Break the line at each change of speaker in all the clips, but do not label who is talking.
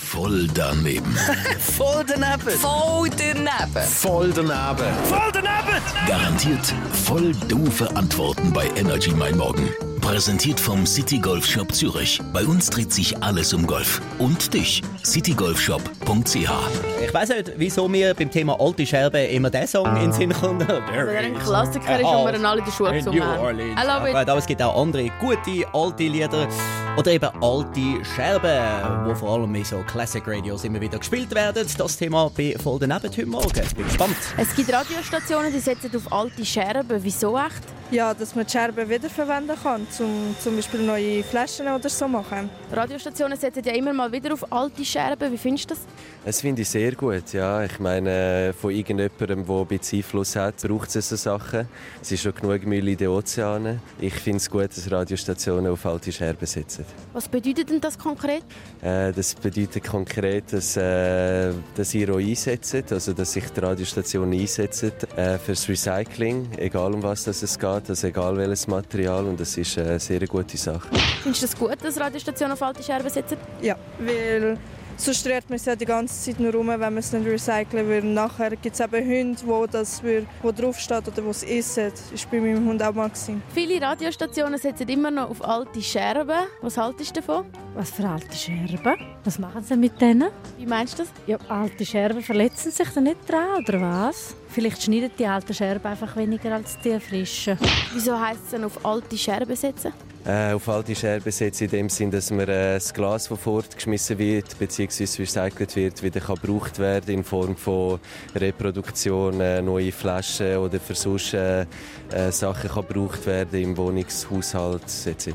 Voll daneben.
Voll daneben.
Voll daneben.
Voll daneben.
Voll daneben.
Garantiert voll doofe Antworten bei Energy Mein Morgen. Präsentiert vom City Golf Shop Zürich. Bei uns dreht sich alles um Golf. Und dich, citygolfshop.ch.
Ich weiß nicht, wieso mir beim Thema alte Scherben immer der Song in den Sinn kommt. There
Weil er ein
is
Klassiker
a
ist und wir
house
ihn alle in der Schule
oh. in
gesungen
New
haben.
Orleans.
I love it.
Gut, Aber es gibt auch andere gute alte Lieder oder eben alte Scherben, wo vor allem in so Classic Radios immer wieder gespielt werden. Das Thema bei voll daneben heute Morgen. Ich bin gespannt.
Es gibt Radiostationen, die setzen auf alte Scherben. Wieso echt?
Ja, dass man die Scherben wiederverwenden kann, zum, zum Beispiel neue Flaschen oder so machen.
Radiostationen setzen ja immer mal wieder auf alte Scherben. Wie findest du das?
Das finde ich sehr gut, ja. Ich meine, äh, von irgendjemandem, der ein bisschen Einfluss hat, braucht es so Sachen. Es ist schon genug Müll in den Ozeanen. Ich finde es gut, dass Radiostationen auf alte Scherben setzen.
Was bedeutet denn das konkret?
Äh, das bedeutet konkret, dass, äh, dass ihr euch einsetzt, also dass sich die Radiostation einsetzt äh, fürs Recycling, egal um was das es geht, also egal welches Material. Und das ist äh, eine sehr gute Sache.
Findest du das gut, dass Radiostationen auf alte Scherben setzen?
Ja, weil sonst rührt man es ja die ganze Zeit nur rum, wenn man es nicht recyceln will. Nachher gibt es eben Hunde, wo das wür- wo draufsteht oder wo es essen. Das war bei meinem Hund auch mal. Gewesen.
Viele Radiostationen setzen immer noch auf alte Scherben. Was haltest du davon?
Was für alte Scherben? Was machen sie mit denen?
Wie meinst du das?
Ja, alte Scherben verletzen sich da nicht dran, oder was? Vielleicht schneiden die alten Scherben einfach weniger als die frischen.
Wieso heisst es denn auf alte Scherben setzen?
Äh, auf alte Scherben setzt in dem Sinn, dass man äh, das Glas, das fortgeschmissen wird bzw. recycelt wird, wieder kann gebraucht werden in Form von Reproduktion, äh, neue Flaschen oder für sonst, äh, äh, Sachen kann gebraucht werden im Wohnungshaushalt etc.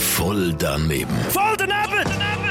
Voll daneben.
Voll daneben.